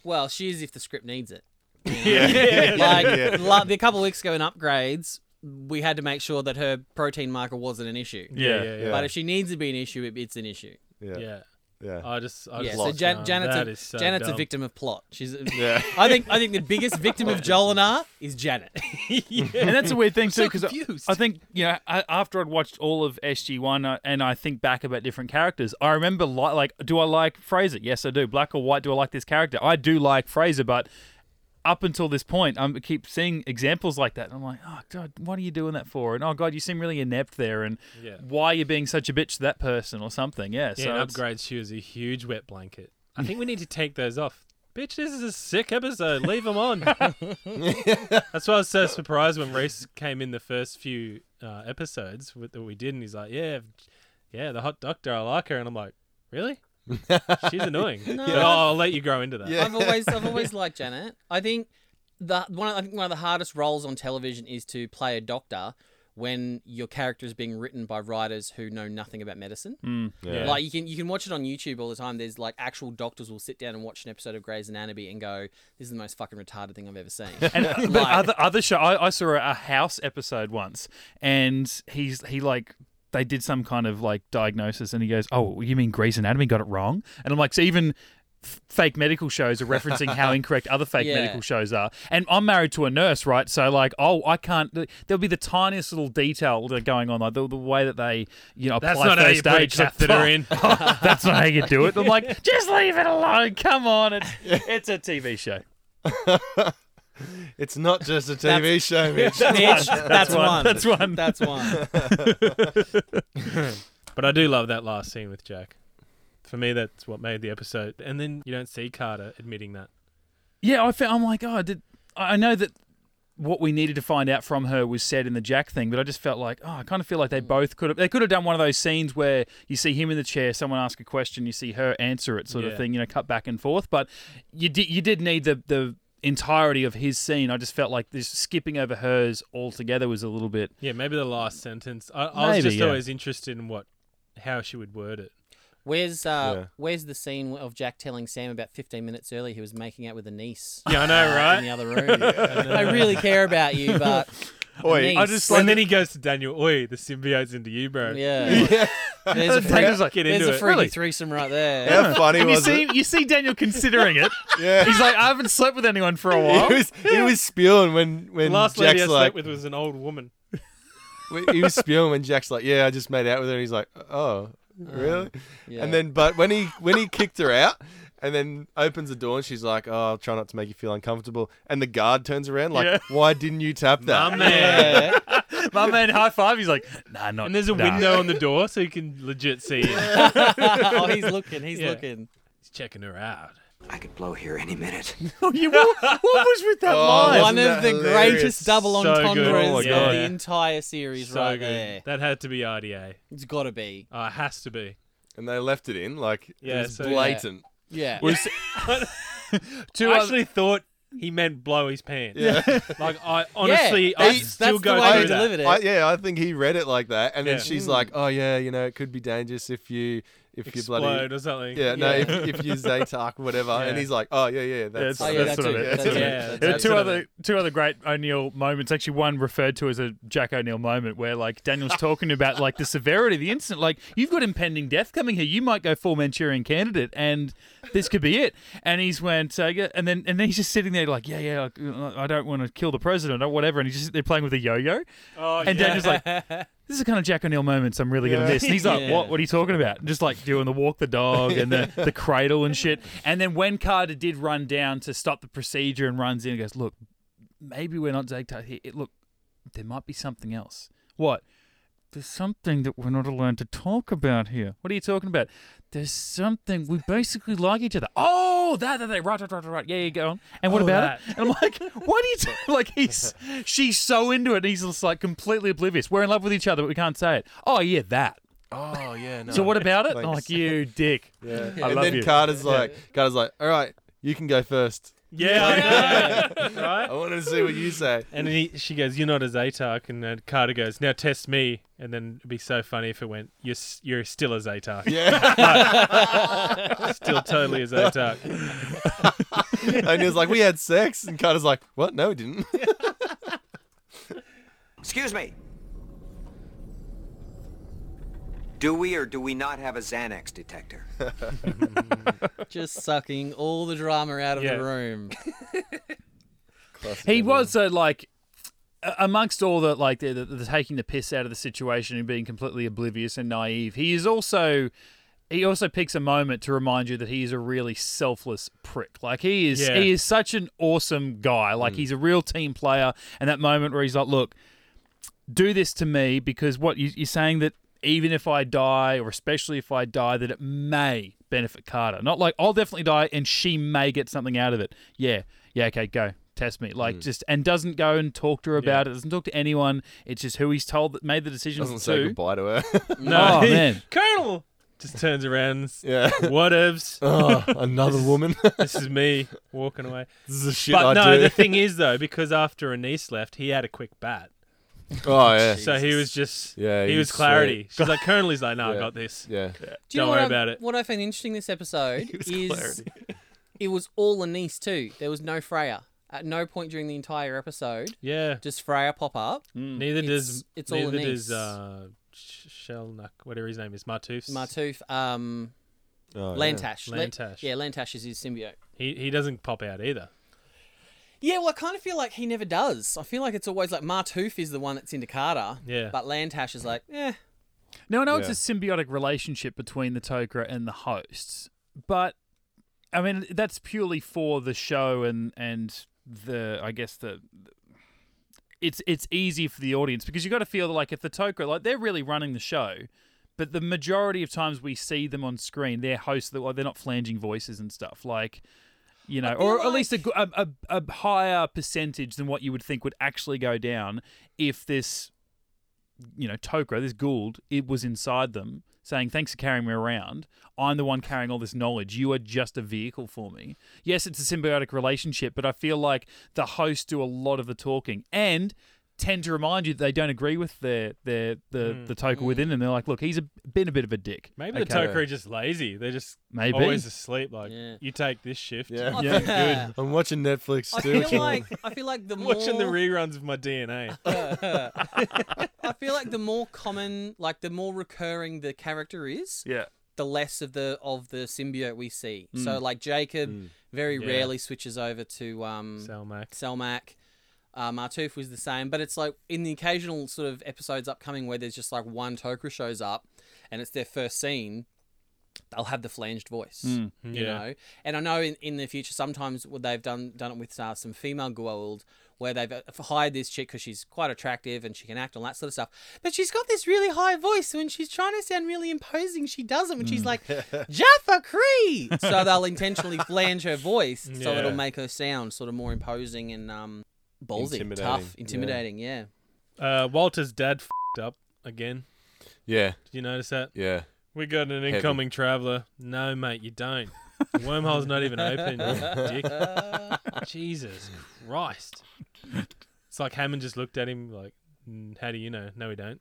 D: Well, she is if the script needs it.
C: yeah,
D: Like, like, a couple of weeks ago in upgrades, we had to make sure that her protein marker wasn't an issue.
A: Yeah.
B: yeah,
C: Yeah.
B: yeah.
D: But if she needs to be an issue, it, it's an issue.
C: Yeah. Yeah.
B: yeah. Uh,
C: Yeah.
B: I just, I
D: Yeah.
B: just
D: So
B: lost
D: Jan-
B: it.
D: Janet's,
B: That
D: a,
B: is so
D: Janet's a
B: dumb.
D: victim of plot. She's.
C: Yeah.
D: I think I think the biggest victim of Joel and R is Janet.
A: and that's a weird thing too
B: so
A: because
B: confused.
A: I, think you know I, after I'd watched all of SG One uh, and I think back about different characters, I remember li- like do I like Fraser? Yes, I do. Black or white? Do I like this character? I do like Fraser, but up until this point, I'm, I keep seeing examples like that, and I'm like, oh god, what are you doing that for? And oh god, you seem really inept there, and
B: Yeah.
A: why are you being such a bitch to that person or something? Yeah,
B: Yeah,
A: so
B: and
A: it's-
B: upgrade shoe is a huge wet blanket. I think we need to take those off. Bitch, this is a sick episode. Leave them on. That's why I was so surprised when Reese came in the first few uh, episodes with, that we did, and he's like, "Yeah, yeah, the hot doctor. I like her," and I'm like, "Really? She's annoying." But I'll, I'll let you grow into that.
C: Yeah.
D: I've always I've always liked Janet. I think the one of- I think one of the hardest roles on television is to play a doctor when your character is being written by writers who know nothing about medicine.
A: Hmm.
C: Yeah.
D: Like you can you can watch it on YouTube all the time. There's like actual doctors will sit down and watch an episode of Grey's Anatomy and go, "This is the most fucking retarded thing I've ever seen."
A: And uh, but
D: Like-
A: other other show, I, I saw a house episode once, and he's he like they did some kind of like diagnosis, and he goes, "Oh, you mean Grey's Anatomy got it wrong?" And I'm like, so even. f- Fake medical shows are referencing how incorrect other fake
D: Yeah.
A: medical shows are, and I'm married to a nurse, right? So like, oh, I can't. There'll be the tiniest little detail that going on, like the, the way that they, you know, apply
B: That's not how you
A: first
B: put a
A: aid. She's like,
B: catheter
A: "Fuck."
B: in.
A: That's not how you do it. I'm like, just leave it alone. Come on, it's it's a TV show.
C: It's not just a TV show, Mitch.
D: Mitch, that's
A: one.
D: one.
A: That's one.
D: That's one.
B: But I do love that last scene with Jack. For me, that's what made the episode. And then you don't see Carter admitting that.
A: Yeah, I felt, I'm like, oh, did I I know that what we needed to find out from her was said in the Jack thing, but I just felt like, oh, I kind of feel like they
B: Mm.
A: both could have they could have done one of those scenes where you see him in the chair, someone ask a question, you see her answer it, sort of
B: Yeah.
A: thing, you know, cut back and forth. But you did you did need the the entirety of his scene. I just felt like this skipping over hers altogether was a little bit.
B: Yeah, maybe the last sentence. I, I was
A: Maybe,
B: just
A: yeah.
B: always interested in what, how she would word it.
D: Where's uh,
C: Yeah.
D: Where's the scene of Jack telling Sam about 15 minutes early he was making out with a niece?
B: Yeah, I know,
D: uh, In the
B: right?
D: other room. I really care about you, but
C: Oi,
D: niece.
C: I just
B: and then he goes to Daniel. Oi, the symbiote's into you, bro.
D: yeah. There's a freaky,
A: Daniel's like,
B: Get
D: there's
B: into
D: a
B: it.
D: freaky threesome right there.
C: how funny
A: and you
C: was
A: see
C: it?
A: you see Daniel considering it.
C: Yeah.
A: He's like, I haven't slept with anyone for a while.
C: He was, he was spewing when when
B: Last lady
C: Jack's
B: I
C: like
B: slept with was an old woman.
C: w- he was spewing when Jack's like yeah I just made out with her and he's like oh really
D: yeah.
C: and then but when he when he kicked her out and then opens the door and she's like oh I'll try not to make you feel uncomfortable and the guard turns around like
A: Yeah.
C: why didn't you tap that
B: My man.
D: Yeah.
A: My man high five. He's like, nah, not.
B: And there's a
A: nah.
B: window on the door, so you can legit see it.
D: oh, he's looking. He's
B: Yeah.
D: looking.
B: He's checking her out.
F: I could blow here any minute.
A: You- what, what was with that
C: Oh,
A: line?
D: One
C: isn't
D: of the
C: that hilarious?
D: greatest double
B: So good.
D: entendres
B: Oh my
D: of
B: God.
D: the entire series,
B: so
D: right
B: good.
D: there.
B: That had to be RDA.
D: It's got to be.
B: Oh, it has to be.
C: and they left it in like
B: Yeah,
C: it was
B: so-
C: blatant
D: Yeah.
B: I actually thought he meant blow his pants.
C: yeah.
B: Like I honestly, I
D: that's-
B: still
D: that's the
B: go
D: way
B: through
D: he
B: that.
D: delivered it.
C: I, yeah, I think he read it like that, and
B: Yeah.
C: then she's like, "Oh yeah, you know, it could be dangerous if you if
B: Explode
C: you bloody
B: or something.
C: yeah, no,
D: Yeah.
C: if, if you Zaytark whatever." And
B: Yeah.
C: he's like, "Oh yeah, yeah, that's
A: That's-
D: Oh, yeah, that's
A: That's
D: it.
A: what I meant.
D: That's
A: That's
D: it.
B: what I meant.
D: That's
A: There
D: it.
A: are two other two other great O'Neill moments. Actually, one referred to as a Jack O'Neill moment, where like Daniel's talking about like the severity of the incident. Like you've got impending death coming here. You might go full Manchurian candidate, and this could be it. And he's went, uh, yeah, and then and then he's just sitting there like, yeah, yeah, like, uh, I don't want to kill the president or whatever. And he's just they're playing with a yo-yo,
B: Oh,
A: and
B: yeah.
A: Daniel's like. This is the kind of Jack O'Neill moments I'm really gonna miss. And he's like,
D: Yeah.
A: "What? What are you talking about?" And just like doing the walk the dog and the, the cradle and shit. And then when Carter did run down to stop the procedure and runs in and goes, "Look, maybe we're not Zagtar here. It, look, there might be something else. What? There's something that we're not allowed to talk about here. What are you talking about? There's something we basically like each other. Oh, that, that, that, right, right, right, right, right. Yeah, you go on. And what
B: Oh,
A: about
B: that.
A: it? And I'm like, what are you talking? Like he's, she's so into it. And he's just like completely oblivious. We're in love with each other, but we can't say it. Oh yeah, that.
C: oh yeah." No.
A: So what about it? And I'm
C: Thanks.
A: like you, dick.
C: Yeah.
A: I
C: and
A: love
C: then
A: you.
C: Carter's like, Carter's like, "All right, you can go first.
B: yeah, I know. right?
C: I wanted to see what you say."
B: And then he, she goes, "You're not a Zaytark," and then Carter goes, "Now test me." And then it'd be so funny if it went, "You're s- you're still a Zaytark,
C: Yeah,
B: still totally a Zaytark."
C: and he was like, "We had sex," and Carter's like, "What? No, we didn't."
F: Excuse me. Do we or do we not have a Xanax detector?
D: Just sucking all the drama out of
B: Yeah.
D: the room.
A: He was so like a- amongst all the like the, the, the taking the piss out of the situation and being completely oblivious and naive. He is also he also picks a moment to remind you that he is a really selfless prick. Like he is
B: Yeah.
A: he is such an awesome guy. Like he's a real team player and that moment where he's like, "Look, do this to me because what you, you're saying that even if I die, or especially if I die, that it may benefit Carter. Not like I'll definitely die and she may get something out of it. Yeah, yeah, okay, go test me.
C: Hmm.
A: Like just and doesn't go and talk to her about it. Doesn't talk to anyone. It's just who he's told that made the decision.
C: Doesn't say
A: to.
C: goodbye to her.
D: Oh,
A: No, man.
B: Colonel just turns around. And s-
C: yeah.
B: Whatevs.
C: Oh, another woman.
B: this is me walking away.
C: this is the shit
B: But
C: I
B: no,
C: do.
B: the thing is though, because after Anise left, he had a quick bat,
C: oh yeah.
B: so he was just
C: Yeah,
B: he,
C: he
B: was
C: was
B: clarity. She's like Colonel, he's like, no, I
C: Yeah.
B: got this.
C: yeah.
D: Do you
B: Don't
D: know what
B: worry
D: I-
B: about it.
D: What I found interesting this episode
C: was
D: is
C: clarity.
D: it was all Anise too. There was no Freya. At no point during the entire episode
B: Yeah.
D: does Freya pop up.
B: Neither does
D: Mm. It's- it's all
B: neither
D: Anise.
B: does uh, Sh- Shelnuck, whatever his name is, Martoofs.
D: Martoof, um,
C: Oh, yeah.
D: Lantash. Le-
B: Lantash.
D: yeah, Lantash is his symbiote.
B: He he doesn't pop out either.
D: Yeah, well, I kind of feel like he never does. I feel like it's always like Martoof is the one that's into Carter.
B: Yeah.
D: But Lantash is like, eh.
A: No, I know
C: Yeah.
A: it's a symbiotic relationship between the Tokra and the hosts, but I mean that's purely for the show and and the I guess the. It's it's easy for the audience because you got to feel like if the Tokra like they're really running the show, but the majority of times we see them on screen, they're hosts that well, they're not flanging voices and stuff like. You know, or at least a, g- a- a- a higher percentage than what you would think would actually go down if this you know, Tokra, this Gould, it was inside them saying, Thanks for carrying me around. I'm the one carrying all this knowledge. You are just a vehicle for me. Yes, it's a symbiotic relationship, but I feel like the hosts do a lot of the talking and tend to remind you that they don't agree with their their the, the Tokra within them. They're like, Look, he's a, been a bit of a dick.
B: Mm. Maybe the
A: Okay.
B: Tokra are just lazy. They're just
A: Maybe.
B: always asleep. Like
D: Yeah.
B: you take this shift.
C: Yeah.
D: I
A: Yeah.
D: think, uh,
C: I'm watching Netflix
D: I
C: still.
D: feel like I feel like the
B: I'm
D: more
B: watching the reruns of my DNA.
D: I feel like the more common, like the more recurring the character is,
A: Yeah.
D: the less of the of the symbiote we see. So like Jacob
C: Mm.
D: very
B: Mm. Yeah.
D: rarely switches over to um
B: Selmac.
D: Selmac. Uh, Martouf was the same, but it's like in the occasional sort of episodes upcoming where there's just like one Tokra shows up and it's their first scene, they'll have the flanged voice, you
B: Yeah.
D: know. And I know in, in the future sometimes what they've done done it with uh, some female Guild where they've uh, hired this chick because she's quite attractive and she can act and that sort of stuff. But she's got this really high voice when she's trying to sound really imposing. She doesn't when she's like Jaffa Cree. So they'll intentionally flange her voice so
B: Yeah.
D: it'll make her sound sort of more imposing and um ballsy,
C: Intimidating,
D: tough,
C: yeah.
D: intimidating. Yeah.
B: Uh, Walter's dad fed up again.
C: yeah,
B: Did you notice that?
C: yeah.
B: We got an incoming traveler. No, mate, you don't. The wormhole's not even open, you dick. Jesus Christ. It's like Hammond just looked at him like, "Mm, how do you know? No, we don't.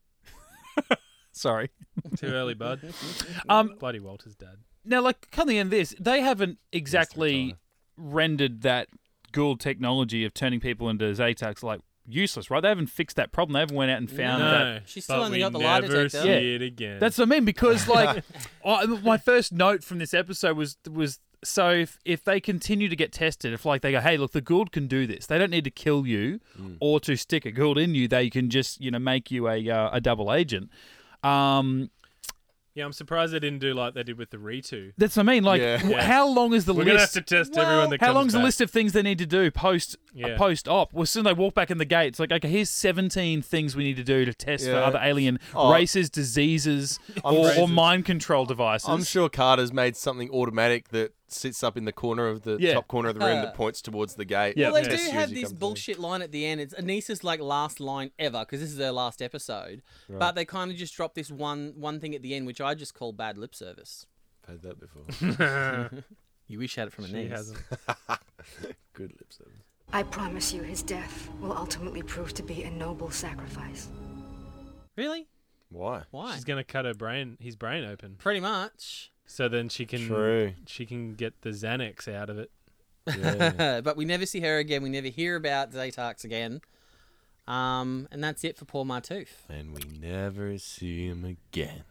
A: Sorry.
B: Too early, bud.
A: Um,
B: Bloody Walter's dad.
A: Now, like coming in this, they haven't exactly rendered that Gould technology of turning people into Zetax like useless, right? They haven't fixed that problem. They haven't went out and found Um, that.
B: No,
D: She's still
B: but
D: only
B: we
D: got the lie
B: never
D: detector.
B: see
A: Yeah.
B: it again.
A: That's what I mean because like I, my first note from this episode was was so if if they continue to get tested, if like they go, hey, look, the Gould can do this. They don't need to kill you
C: Mm.
A: or to stick a Gould in you. They can just you know make you a uh, a double agent. Um,
B: yeah. I'm surprised they didn't do like they did with the Ritu.
A: that's what I mean. Like,
C: Yeah.
A: w-
B: Yeah.
A: how long is the
B: We're gonna have
A: list?
B: to test everyone that
A: How
B: comes
A: long's the
B: back.
A: list of things they need to do post uh,
B: Yeah.
A: post op? Well, as soon as they walk back in the gate, it's like, okay, here's 17 things we need to do to test for
C: Yeah.
A: other alien
C: Oh.
A: races, diseases, or, or
C: crazy.
A: mind control devices.
C: I'm sure Carter's made something automatic that sits up in the corner of the
A: Yeah.
C: top corner of the room
D: Uh,
C: that points towards the gate.
A: Yeah.
D: Well,
C: As
D: they do
C: soon as
D: have
C: you
D: this
C: come to-
D: bullshit line at the end. It's Anissa's like last line ever because this is her last episode. But they kind of just drop this one one thing at the end, which I just call bad lip service.
C: I've had that before.
D: You wish you had it from
B: She
D: Anise.
B: hasn't.
C: Good lip service.
G: I promise you his death will ultimately prove to be a noble sacrifice.
D: Really?
C: Why?
D: Why?
B: She's gonna cut her brain, his brain open,
D: Pretty much.
B: so then she can
C: True.
B: she can get the Xanax out of it.
D: but we never see her again. We never hear about Zaytarx again. Um, and that's it for poor Martooth.
C: And we never see him again.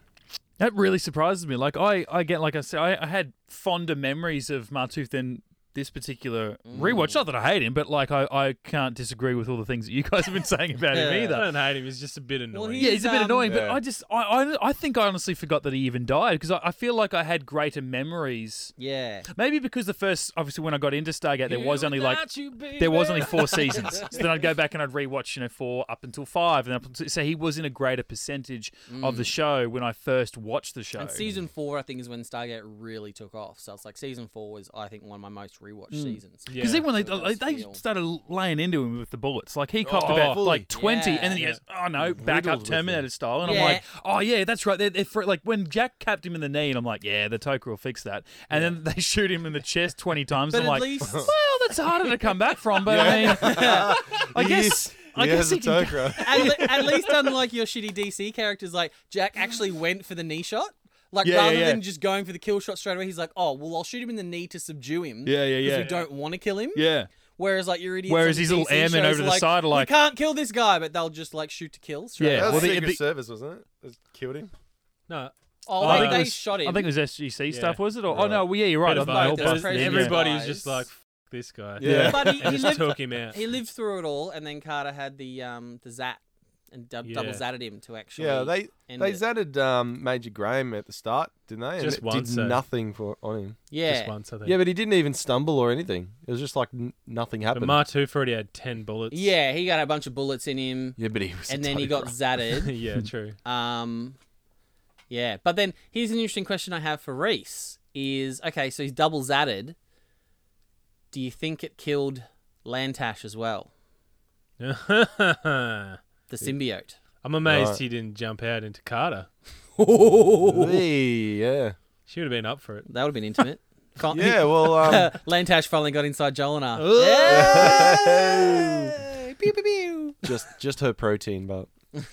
A: That really surprises me. Like I, I get like I said, I, I had fonder memories of Martooth than this particular
D: Mm.
A: rewatch. Not that I hate him, but like I, I can't disagree with all the things that you guys have been saying about him
B: I
A: either.
B: don't hate him. He's just a bit annoying.
D: he-
A: Yeah, he's a bit
D: Um,
A: annoying, but
C: Yeah.
A: I just I, I I think I honestly forgot that he even died because I, I feel like I had greater memories.
D: Yeah.
A: Maybe because the first obviously when I got into Stargate there was only like there was only four seasons. So then I'd go back and I'd rewatch, you know, four up until five, and up until, so he was in a greater percentage of the show when I first watched the show.
D: Mm. And season four, I think, is when Stargate really took off. So it's like season four was, I think, one of my most rewatched
A: Hmm.
D: seasons. Yeah.
A: Because even when
D: So
A: they
D: that's
A: they
D: real.
A: started laying into him with the bullets, like he copped
C: Oh,
A: about
C: fully.
A: like twenty,
D: Yeah.
A: and then he goes, "Oh no, back
C: Riddled
A: up
C: with
A: Terminator
C: them.
A: style," and I'm
D: Yeah.
A: like, "Oh yeah, that's right." They're, they're fr- like when Jack capped him in the knee, and I'm like, "Yeah, the Toker will fix that," and then they shoot him in the chest twenty times.
D: But
A: and
D: at
A: I'm like,
D: least-
A: "Well, that's harder to come back from," but I mean, I guess I guess he can.
C: Tokra.
D: at, le- at least unlike your shitty DC characters, like Jack actually went for the knee shot. Like
C: Yeah, yeah,
D: rather
C: yeah.
D: than just going for the kill shot straight away, he's like, "Oh, well, I'll shoot him in the knee to subdue him."
C: Yeah, yeah, yeah.
D: Because we don't want to kill him.
C: yeah.
D: Whereas like your idiots.
A: Whereas
D: on the
A: these little
D: DC
A: airmen
D: shows
A: over
D: are
A: the side are like-
D: "We can't kill this guy," but they'll just like shoot to kill. Straight
A: Yeah.
D: Away.
C: That
A: Well,
C: was
A: the-
C: Secret
A: the-
C: Service, wasn't it? That killed him.
B: No,
D: Oh,
A: I
D: they,
A: think it
D: they
A: was-
D: shot him.
A: I think it was SGC
B: Yeah.
A: stuff, was it? Or, Oh no, well, yeah, you're right.
B: Bit of
A: I think
B: both.
A: they
D: It
A: all
D: was
A: busted in,
D: crazy
A: yeah.
B: everybody
D: guys.
B: was just like, F- this guy.
C: Yeah.
D: but he,
B: And
D: he
B: just
D: lived.
B: took him out.
D: He lived through it all, and then Carter had the um the zat and dub- double
B: Yeah.
D: zatted him to actually.
C: Yeah, they
D: end
C: they
D: it.
C: zatted um, Major Graham at the start, didn't they? And
B: Just
C: it
B: once,
C: did
B: though.
C: nothing for on him.
D: yeah.
B: Just once, I think.
C: Yeah, but he didn't even stumble or anything. It was just like n- nothing
B: but
C: happened.
B: Martooth already had 10 bullets.
D: Yeah, he got a bunch of bullets in him,
C: yeah, but he was. a
D: and then he got
C: Tok'ra.
D: zatted.
B: yeah, true.
D: Um, yeah, but then here's an interesting question I have for Reese: Is okay, so he's double zatted. Do you think it killed Lantash as well,
B: I'm
D: the symbiote?
B: amazed
C: Right.
B: he didn't jump out into Carter.
C: Hey, yeah.
B: She would have been up for it.
D: That would have been intimate. Fin-
C: Yeah. Well, um,
D: Lantash finally got inside Jolinar. Yeah! Pew, pew, pew.
C: just just her protein, but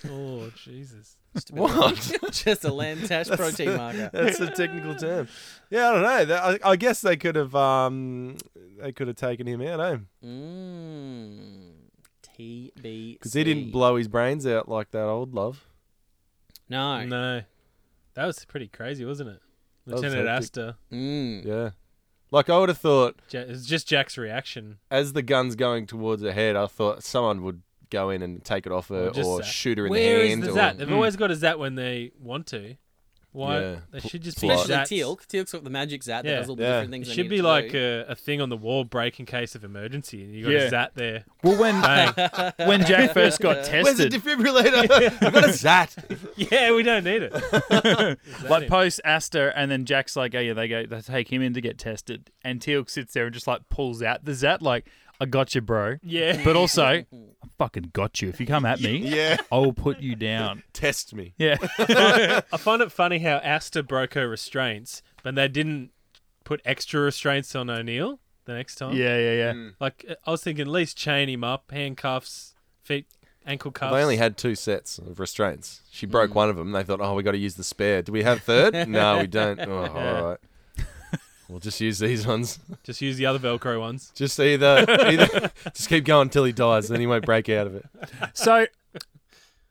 B: Oh, Jesus.
C: what?
D: Just a Lantash protein marker.
C: That's a technical term. Yeah, I don't know. That- I, I guess they could have um, they could have taken him out, eh?
D: Mm. TB.
C: Because he didn't blow his brains out like that old love.
D: No.
B: No. That was pretty crazy, wasn't it?
C: was
B: Lieutenant
C: hectic.
B: Astor.
D: Mm.
C: Yeah. Like I would have thought,
B: Ja- it was just Jack's reaction.
C: as the gun's going towards her head, I thought someone would go in and take it off her
B: Or just
C: Uh, or
B: zap.
C: shoot her in
B: Where
C: the
B: is
C: hand.
B: the
C: or,
B: Zat?
D: Hmm.
B: They've always got a Zat when they want to. Why?
C: Yeah.
B: They
C: Pl-
B: should just be
D: Especially
B: Zats.
D: Teal'c. Teal'c's got the magic zat that
B: Yeah.
D: does all the
C: Yeah.
D: different things.
B: It
D: they
B: should
D: need
B: be
D: to
B: like
D: do.
B: a, a thing on the wall break in case of emergency, and you got
A: Yeah.
B: a Zat there.
A: Well, when
B: Bang.
A: when Jack first got
C: Where's the
A: tested,
C: defibrillator? I've got a zat.
B: yeah, we don't need it.
A: like post Aster, and then Jack's like, "Oh yeah, they go, they take him in to get tested." And Teal'c sits there and just like pulls out the Zat, like, "I got you, bro."
B: Yeah.
A: But also, I fucking got you. If you come at me,
C: Yeah.
A: I will put you down.
C: Test me.
A: Yeah,
B: I find it funny how Asta broke her restraints, but they didn't put extra restraints on O'Neill the next
A: yeah,
B: time.
A: yeah, yeah.
B: Like uh, I was thinking, at least chain him up, handcuffs, feet, ankle cuffs.
C: They only had two sets of restraints. She broke one of them. They thought, oh, we got to use the spare. Do we have third? no, we don't. Oh,
B: Yeah.
C: All right. We'll just use these ones.
B: just use the other Velcro ones.
C: Just either, either just keep going until he dies, then he won't break out of it.
A: so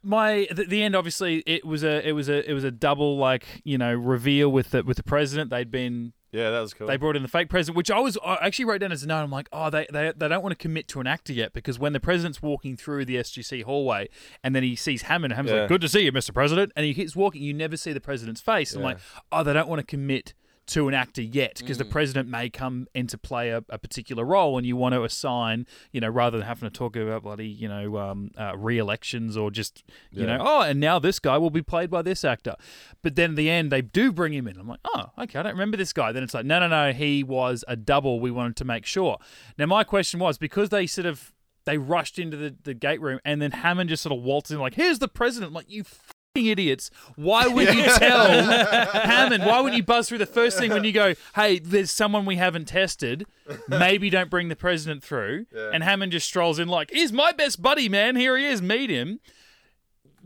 A: my the, the end obviously it was a it was a it was a double like you know reveal with the with the president they'd been
C: Yeah, that was cool.
A: they brought in the fake president which i was i actually wrote down as a note i'm like oh they, they they don't want to commit to an actor yet because when the president's walking through the sgc hallway and then he sees hammond and hammond's
C: Yeah.
A: like good to see you mr president and he keeps walking you never see the president's face i'm like oh they don't want to commit to an actor yet because
C: Mm.
A: the president may come into play a, a particular role and you want to assign you know rather than having to talk about bloody you know um, uh, re-elections or just you
C: Yeah.
A: know oh and now this guy will be played by this actor but then at the end they do bring him in i'm like oh okay i don't remember this guy then it's like no no no he was a double we wanted to make sure now my question was because they sort of they rushed into the, the gate room and then hammond just sort of waltzed in like here's the president I'm like you fucking idiots why would you tell Hammond, why wouldn't you buzz through the first thing when you go, hey, there's someone we haven't tested? Maybe don't bring the president through. And Hammond just strolls in, like, he's my best buddy, man. Here he is. Meet him.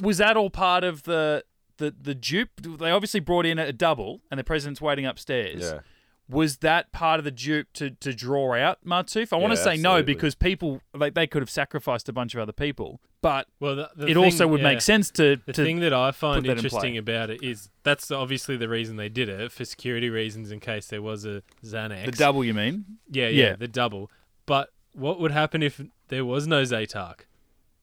A: Was that all part of the. The, the dupe they obviously brought in a double and the president's waiting upstairs.
C: yeah.
A: was that part of the dupe to, to draw out Martuf? I want to
C: Yeah,
A: say no
C: absolutely.
A: because people like they could have sacrificed a bunch of other people, but
B: Well, the, the
A: it
B: thing-
A: also would
B: yeah.
A: make sense to,
B: The
A: to
B: thing that I find
A: that in play.
B: interesting about it is that's obviously the reason they did it for security reasons in case there was a Xanax.
A: the double. You mean?
B: Yeah, yeah,
A: Yeah.
B: the double. But what would happen if there was no Zaytark?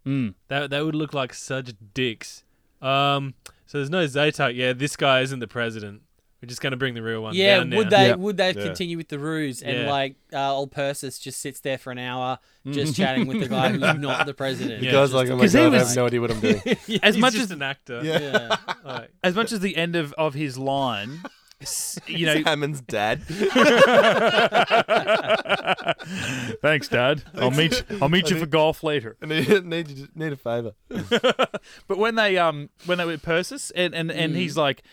A: Mm.
B: That that would look like such dicks. Um, so there's no Zaytark. Yeah, this guy isn't the president. We're just gonna bring the real one.
D: Yeah,
B: down
D: would
B: now.
D: they
A: Yeah.
D: would they
C: Yeah.
D: continue with the ruse and
B: Yeah.
D: like uh, old Persis just sits there for an hour
C: Mm.
D: just chatting with the guy who's not the president?
B: The Yeah,
C: Guys, like, oh my
A: 'Cause he
C: god, I
A: was-
C: have no idea what I'm doing.
A: As
B: He's
A: much
B: just
A: as
B: an actor.
C: Yeah.
D: Yeah.
B: Like,
A: as much as the end of of his line, s- you know.
C: Hammond's dad.
A: Thanks, Dad. I'll meet you, I'll meet you for golf later.
C: I need, need, you- need a favor.
A: But when they um when they were at Persis and and, and he's like,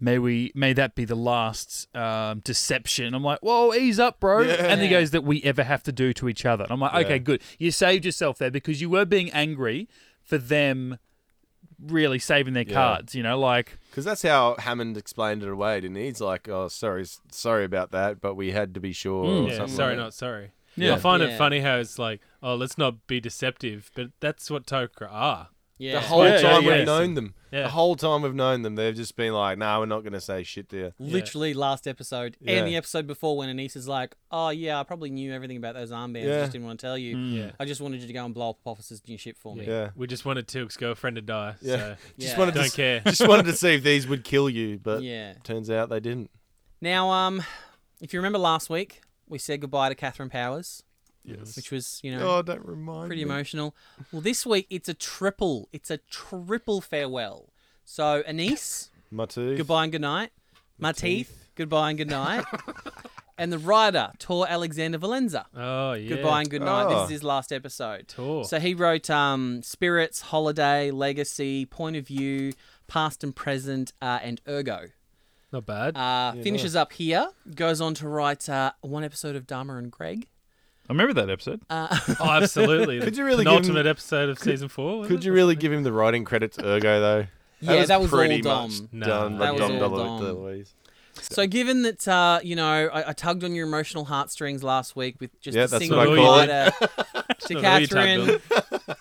A: may we may that be the last um, deception. I'm like, whoa, ease up, bro. And he goes that we ever have to do to each other. And I'm like, okay, good. You saved yourself there because you were being angry for them really saving their cards. You know, like
C: Because that's how Hammond explained it away, didn't he? He's like, oh, sorry, s- sorry about that, but we had to be sure. or
B: Mm. yeah,
C: something
B: sorry,
C: like
B: not sorry.
A: Yeah.
B: I find
D: Yeah.
B: it funny how it's like, oh, let's not be deceptive, but that's what Tokra are.
D: yeah.
C: that. The whole
A: Yeah,
C: time
A: yeah, yeah.
C: we've known them.
B: Yeah.
C: The whole time we've known them, they've just been like, nah, we're not going to say shit to you.
D: Literally last episode
C: Yeah.
D: and the episode before when Anisa's like, "Oh yeah, I probably knew everything about those armbands. I
C: Yeah.
D: just didn't want to tell you.
B: Yeah.
D: I just wanted you to go and blow up Apophis' new ship for me."
C: Mm. Yeah.
B: We just wanted Tilk's girlfriend to die.
C: Yeah.
B: So
C: Just
D: Yeah.
C: wanted to
B: don't
C: s-
B: care.
C: Just wanted to see if these would kill you, but
D: Yeah.
C: turns out they didn't.
D: Now, um, if you remember last week, we said goodbye to Catherine Powers,
C: Yes.
D: which was you know
C: Oh, don't remind
D: pretty
C: me.
D: emotional. Well, this week it's a triple. It's a triple farewell. So Anise,
C: My tooth.
D: goodbye and good night. My teeth, goodbye and good night. and the writer, Tor Alexander Valenza,
B: Oh yeah.
D: goodbye and good night. This
C: Oh.
D: is his last episode.
B: Tor.
D: So he wrote um, Spirits, Holiday, Legacy, Point of View, Past and Present, uh, and Ergo.
B: Not bad.
D: Uh, finishes up here, goes on to write uh, one episode of Dharma and Greg.
A: I remember that episode.
B: oh, absolutely.
C: Could you really give him-
B: penultimate episode of season four?
C: Could you really give him the writing credit to Ergo, though?
D: Yeah, that was all
C: pretty
D: Dom.
C: much
B: Nah.
C: done.
B: That
C: by
B: was
D: all
C: Dom
D: Dom.
C: DeLuise.
D: So, given that uh, you know, I, I tugged on your emotional heartstrings last week with just
C: Yeah,
D: a
C: that's
D: single
C: what I call it.
D: rider to Catherine.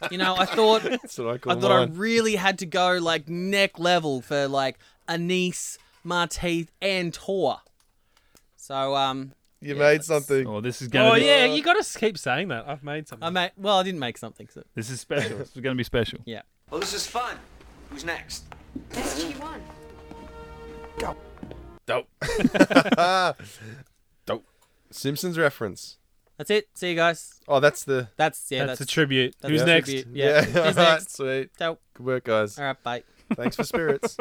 D: You know, I thought
C: That's what I call
D: I thought I
C: mine.
D: really had to go like neck level for like Anise, Marteith, and Tor. So um,
C: You
D: Yeah,
C: made
D: that's-
C: something.
A: Oh, this is gonna
B: Oh
A: be,
B: yeah, you got to keep saying that. I've made something.
D: I made well, I didn't make something. So
A: this is special. This is gonna be special.
D: yeah,
F: Well, this is fun. Who's next?
G: SG1.
C: Dope. Dope. Simpsons reference.
D: that's it. See you guys.
C: Oh, that's the.
D: That's yeah.
B: that's,
D: That's,
B: a tribute.
D: that's
B: Who's
D: a
B: next?
D: tribute. Yeah.
C: All
D: Who's
C: right.
D: next?
C: Sweet.
D: So,
C: Good work, guys.
D: all right, bye.
C: Thanks for spirits.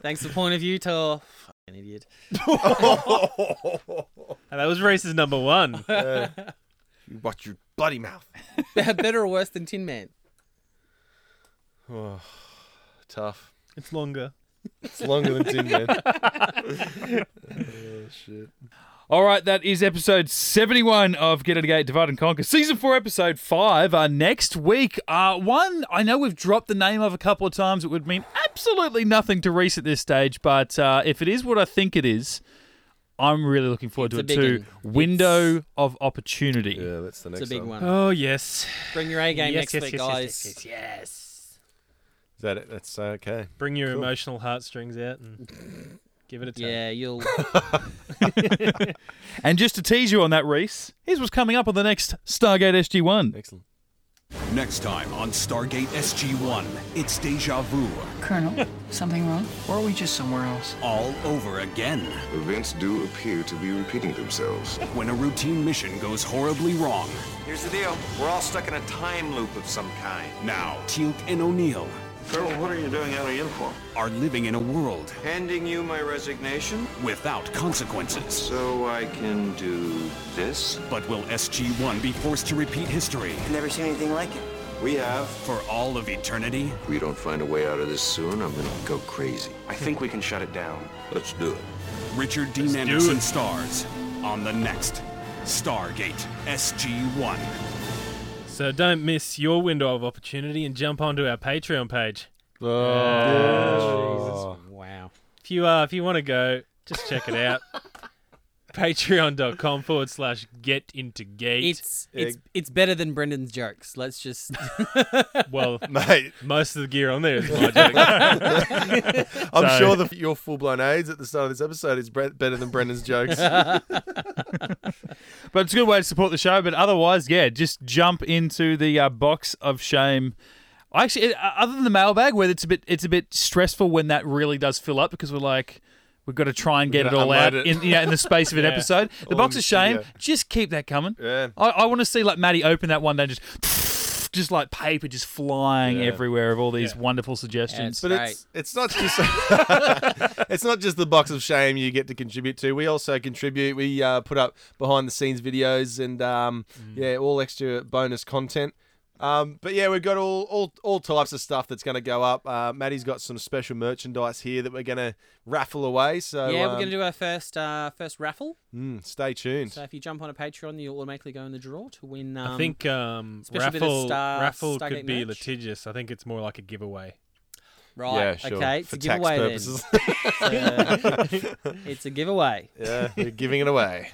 D: Thanks for point of view, Tor. Fucking idiot.
B: And Oh, that was races number one.
C: you watch your bloody mouth.
D: Better or worse than Tin Man.
C: Oh, Tough.
B: it's longer.
C: It's longer than Tin Man. oh, shit.
A: All right, that is episode 71 of Get It Gate, Divide and Conquer, season four, episode five. Uh, next week, uh, one I know we've dropped the name of a couple of times. It would mean absolutely nothing to Reese at this stage, but uh, if it is what I think it is, I'm really looking forward
D: It's
A: to it
D: a big
A: too. Window of Opportunity.
C: Yeah, that's the next
D: It's a big
C: one.
D: one.
B: Oh yes.
D: Bring your A game
B: Yes,
D: next
B: yes,
D: week,
B: yes,
D: guys.
B: yes, yes,
C: Is that it? That's uh, okay.
B: Bring your
C: Cool.
B: emotional heartstrings out and give it a tap.
D: Yeah, you'll.
A: And just to tease you on that, Reese, here's what's coming up on the next Stargate SG1.
C: Excellent.
H: Next time on Stargate SG-1, it's Deja Vu
I: Colonel, something wrong? Or are we just somewhere else?
H: all over again.
J: Events do appear to be repeating themselves.
H: When a routine mission goes horribly wrong,
F: Here's the deal. We're all stuck in a time loop of some kind.
H: now Teal'c and O'Neill
J: Colonel, what are you doing out of uniform?
H: are living in a world
F: Handing you my resignation
H: without consequences.
J: So I can do this?
H: But will SG-1 be forced to repeat history
F: I've never seen anything like it. We have.
H: for all of eternity?
J: If we don't find a way out of this soon, I'm gonna go crazy. I think we can shut it down. Let's do it.
H: Richard Dean Anderson stars on the next Stargate SG-1.
B: So don't miss your window of opportunity and jump onto our Patreon page.
C: Oh.
D: wow.
B: If you uh, if you want to go Just check it out. Patreon.com forward slash get into gate.
D: It's it's it's better than Brendan's jokes. Let's just
B: well, most of the gear on there is my joke.
C: I'm
B: So-
C: sure the, your full blown AIDS at the start of this episode is bre- better than Brendan's jokes.
A: But it's a good way to support the show. But otherwise, yeah, just jump into the uh, box of shame. I Actually, it, uh, other than the mailbag, where it's a bit it's a bit stressful when that really does fill up because we're like. We've got to try and get it
C: gotta
A: all out
C: unload it.
A: in, yeah, in the space of an
C: Yeah.
A: episode. The
C: All
A: box
C: in
A: of shame,
C: studio.
A: just keep that coming.
C: Yeah.
A: I, I want to see like Maddie open that one day, and just just like paper just flying
C: Yeah.
A: everywhere of all these wonderful suggestions.
C: but it's it's not just it's not just the box of shame you get to contribute to. We also contribute. We uh, put up behind the scenes videos and um,
B: Mm.
C: yeah, all extra bonus content. Um, but yeah, we've got all, all all types of stuff that's going to go up. Uh, Maddie's got some special merchandise here that we're going to raffle away. So
D: yeah, we're
C: um,
D: gonna do our first uh, first raffle.
C: mm, stay tuned.
D: So if you jump on a Patreon, you'll automatically go in the draw to win. Um,
B: I think um,
D: special bit of
B: raffle,
D: Star-
B: raffle
D: Stargate
B: could be
D: merch.
B: litigious. I think it's more like a giveaway.
D: Right.
C: Yeah, sure.
D: Okay. It's
C: For
D: a
C: tax
D: giveaway then.
C: purposes.
D: It's a- it's a giveaway.
C: Yeah, we're giving it away.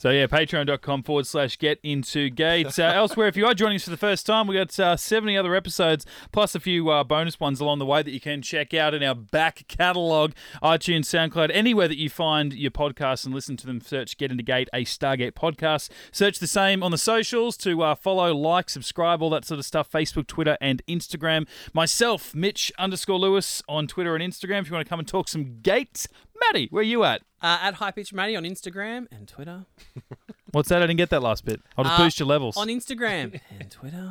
A: So yeah, patreon.com forward slash get into gates. Uh, elsewhere, if you are joining us for the first time, we got uh, 70 other episodes, plus a few uh, bonus ones along the way that you can check out in our back catalogue, iTunes, SoundCloud, anywhere that you find your podcasts and listen to them. Search Get Into Gate, a Stargate podcast. Search the same on the socials to uh, follow, like, subscribe, all that sort of stuff Facebook, Twitter, and Instagram. Myself, Mitch underscore Lewis on Twitter and Instagram. If you want to come and talk some gates, Maddie, where you at?
D: Uh, at High Pitch Maddie on Instagram and Twitter.
A: What's that? I didn't get that last bit. I'll just
D: Uh,
A: boost your levels.
D: on Instagram and Twitter.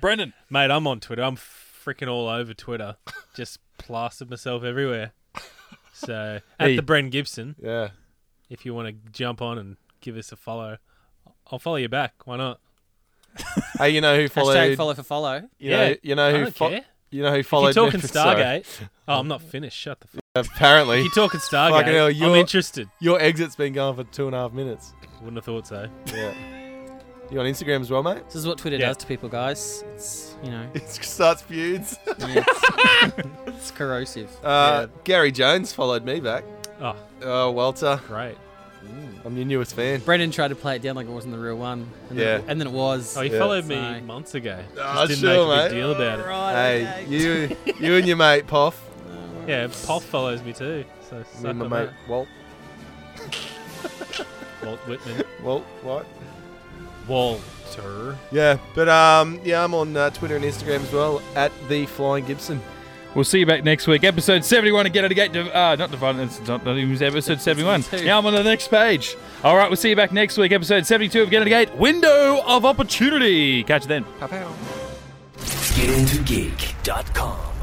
A: Brendan.
B: Mate, I'm on Twitter. I'm freaking all over Twitter. Just plastered myself everywhere. So, at
A: Hey.
B: the Bren Gibson.
C: Yeah.
B: If you want to jump on and give us a follow, I'll follow you back. Why not?
C: Hey, you know who followed?
D: follow for follow.
C: You
B: yeah,
C: know, you know
B: I
C: who
B: don't
C: fo-
B: care.
C: You know who
B: If
C: followed?
B: You're talking
C: Nick- sorry.
B: Stargate. Oh, I'm not finished. Shut the. F-
C: Apparently,
B: If you're talking Stargate,
C: Fucking hell,
B: I'm
C: your-
B: interested.
C: Your exit's been going for two and a half minutes.
B: Wouldn't have thought so.
C: Yeah. You on Instagram as well, mate?
D: This is what Twitter does to people, guys. It's you know.
C: It starts feuds.
D: it's, it's corrosive.
C: Uh, Gary Jones followed me back.
B: Oh,
C: oh Walter.
B: Great.
C: I'm your newest fan.
D: Brendan tried to play it down like it wasn't the real one. And Then,
C: Yeah.
D: and then it was.
B: Oh, you
C: Yeah.
B: followed me
D: So-
B: months ago.
C: Ah,
B: Just didn't
C: sure,
B: make a big
C: mate.
B: deal about it.
C: hey, you, you and your mate Poff.
B: Yeah, Poff follows me too. So
C: Me
B: suck
C: and my
B: on
C: mate Walt.
B: that. Walt Whitman.
C: Walt, what?
B: Walter.
C: Yeah, but um, yeah, I'm on uh, Twitter and Instagram as well at the Flying Gibson.
A: We'll see you back next week. Episode 71 of Get Out of Gate. Div- Uh, not Divine. It's not, not even episode 71. Now I'm on the next page. All right, we'll see you back next week. Episode 72 of Get Out of Gate. Window of Opportunity. Catch you then.
K: Get into geek.com.